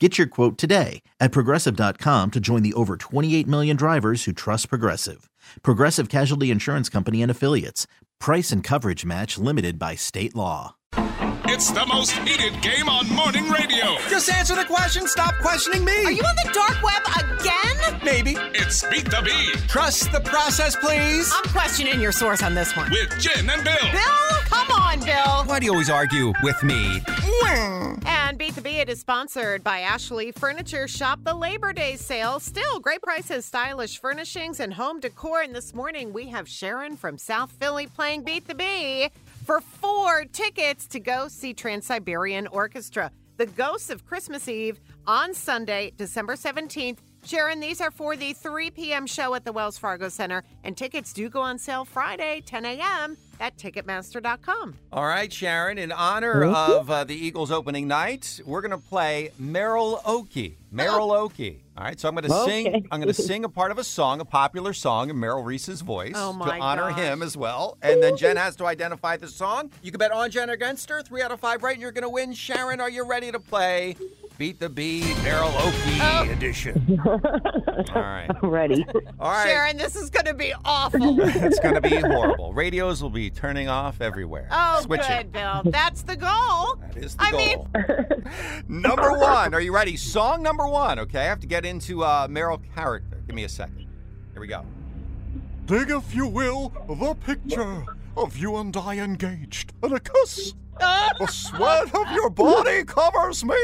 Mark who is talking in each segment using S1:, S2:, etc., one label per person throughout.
S1: Get your quote today at progressive.com to join the over 28 million drivers who trust Progressive. Progressive Casualty Insurance Company and Affiliates. Price and coverage match limited by state law.
S2: It's the most heated game on morning radio.
S3: Just answer the question. Stop questioning me.
S4: Are you on the dark web again?
S3: Maybe.
S2: It's Beat the Bee
S3: Trust the process, please.
S4: I'm questioning your source on this one.
S2: with Jen and Bill.
S4: Bill, come on, Bill.
S3: Why do you always argue with me?
S4: And Beat the Bee, it is sponsored by Ashley Furniture Shop. The Labor Day sale, still great prices, stylish furnishings, and home decor. And this morning we have Sharon from South Philly playing Beat the Bee for four tickets to go see Trans Siberian Orchestra, The Ghosts of Christmas Eve, on Sunday, December 17th. Sharon, these are for the 3 p.m. show at the Wells Fargo Center, and tickets do go on sale Friday, 10 a.m. at Ticketmaster.com.
S3: All right, Sharon, in honor of uh, the Eagles opening night, we're going to play Merrill Oakey. Merrill
S4: Oh.
S3: Oakey. All right, so I'm going to sing I'm going to sing a part of a song, a popular song in Merrill Reese's voice
S4: Oh,
S3: to
S4: my
S3: honor
S4: gosh.
S3: him as well. And then Jen has to identify the song. You can bet on Jen or against her. 3 out of 5 right and you're going to win. Sharon, are you ready to play? Beat the Bee, Merrill
S4: Oh.
S3: Oakey edition. All right.
S5: ready.
S3: All right.
S4: Sharon, this is going to be awful.
S3: It's going to be horrible. Radios will be turning off everywhere.
S4: Oh,
S3: Switching.
S4: good, Bill. That's the goal.
S3: That is the
S4: I
S3: goal. number one. Are you ready? Song number one. Okay, I have to get into uh, Meryl character. Give me a second. Here we go.
S6: Dig, if you will, the picture of you and I engaged and a kiss. the sweat of your body covers me.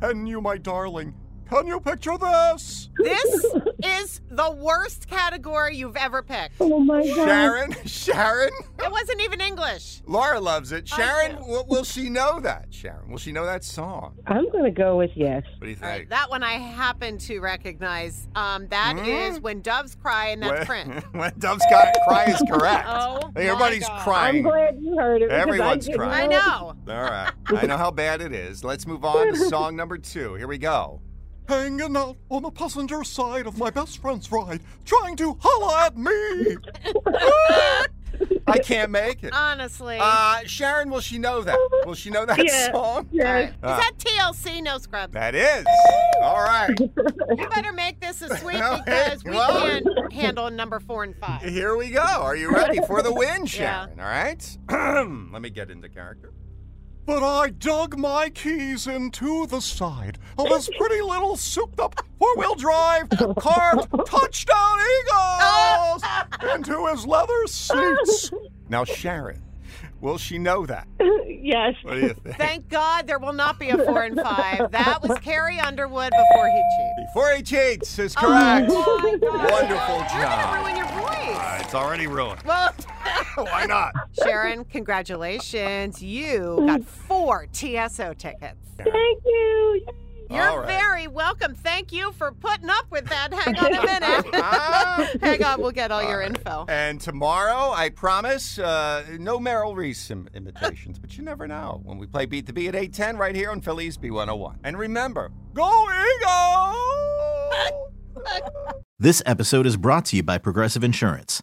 S6: Can you, my darling? Can you picture this?
S4: This is the worst category you've ever picked. It
S5: Oh my god.
S3: Sharon, Sharon.
S4: wasn't even English.
S3: Laura loves it. Sharon,
S4: do.
S3: w- will she know that? Sharon, will she know that song?
S5: I'm gonna go with yes.
S3: What do you
S4: All
S3: think?
S4: right, that one I happen to recognize. Um, that is when doves cry, and that's
S3: when,
S4: Prince.
S3: when Dove's Cry- cry is correct.
S4: Oh,
S3: Like,
S4: my
S3: everybody's
S4: God.
S5: I'm
S3: crying.
S5: glad you heard it. because
S3: Everyone's
S5: I didn't
S3: crying.
S4: I know.
S3: All right. I know how bad it is. Let's move on to song number two. Here we go.
S6: Hanging out on the passenger side of my best friend's ride, trying to holler at me.
S3: I can't make it.
S4: Honestly.
S3: Uh, Sharon, will she know that? Will she know that
S5: Yeah.
S3: song?
S4: All right.
S5: Yes.
S3: Uh.
S4: is that TLC? No scrubs.
S3: That is. All right.
S4: You better make this a sweep
S3: Well,
S4: because we
S3: well.
S4: can't handle number four and five.
S3: Here we go. Are you ready for the win, Sharon? All right. Let me get into character.
S6: But I dug my keys into the side of this pretty little souped up four wheel drive carved touchdown Eagles into his leather seats.
S3: Now, Sharon, will she know that?
S5: Yes.
S3: What do you think?
S4: Thank God there will not be a four and five. That was Carrie Underwood before he cheated.
S3: Before he cheats is correct.
S4: Oh my God.
S3: Wonderful
S4: You're gonna
S3: job.
S4: ruin your voice.
S3: It's already ruined.
S4: Well,
S3: Why not?
S4: Sharon, congratulations. You got four TSO tickets.
S5: Thank you.
S3: All
S4: You're
S3: right.
S4: very welcome. Thank you for putting up with that. Hang on a minute.
S3: Ah.
S4: Hang on, we'll get all your info.
S3: And tomorrow, I promise, uh, no Merrill Reese Im- imitations, but you never know when we play Beat the Bee at 810 right here on Phillies B101. And remember, go Eagles!
S1: This episode is brought to you by Progressive Insurance.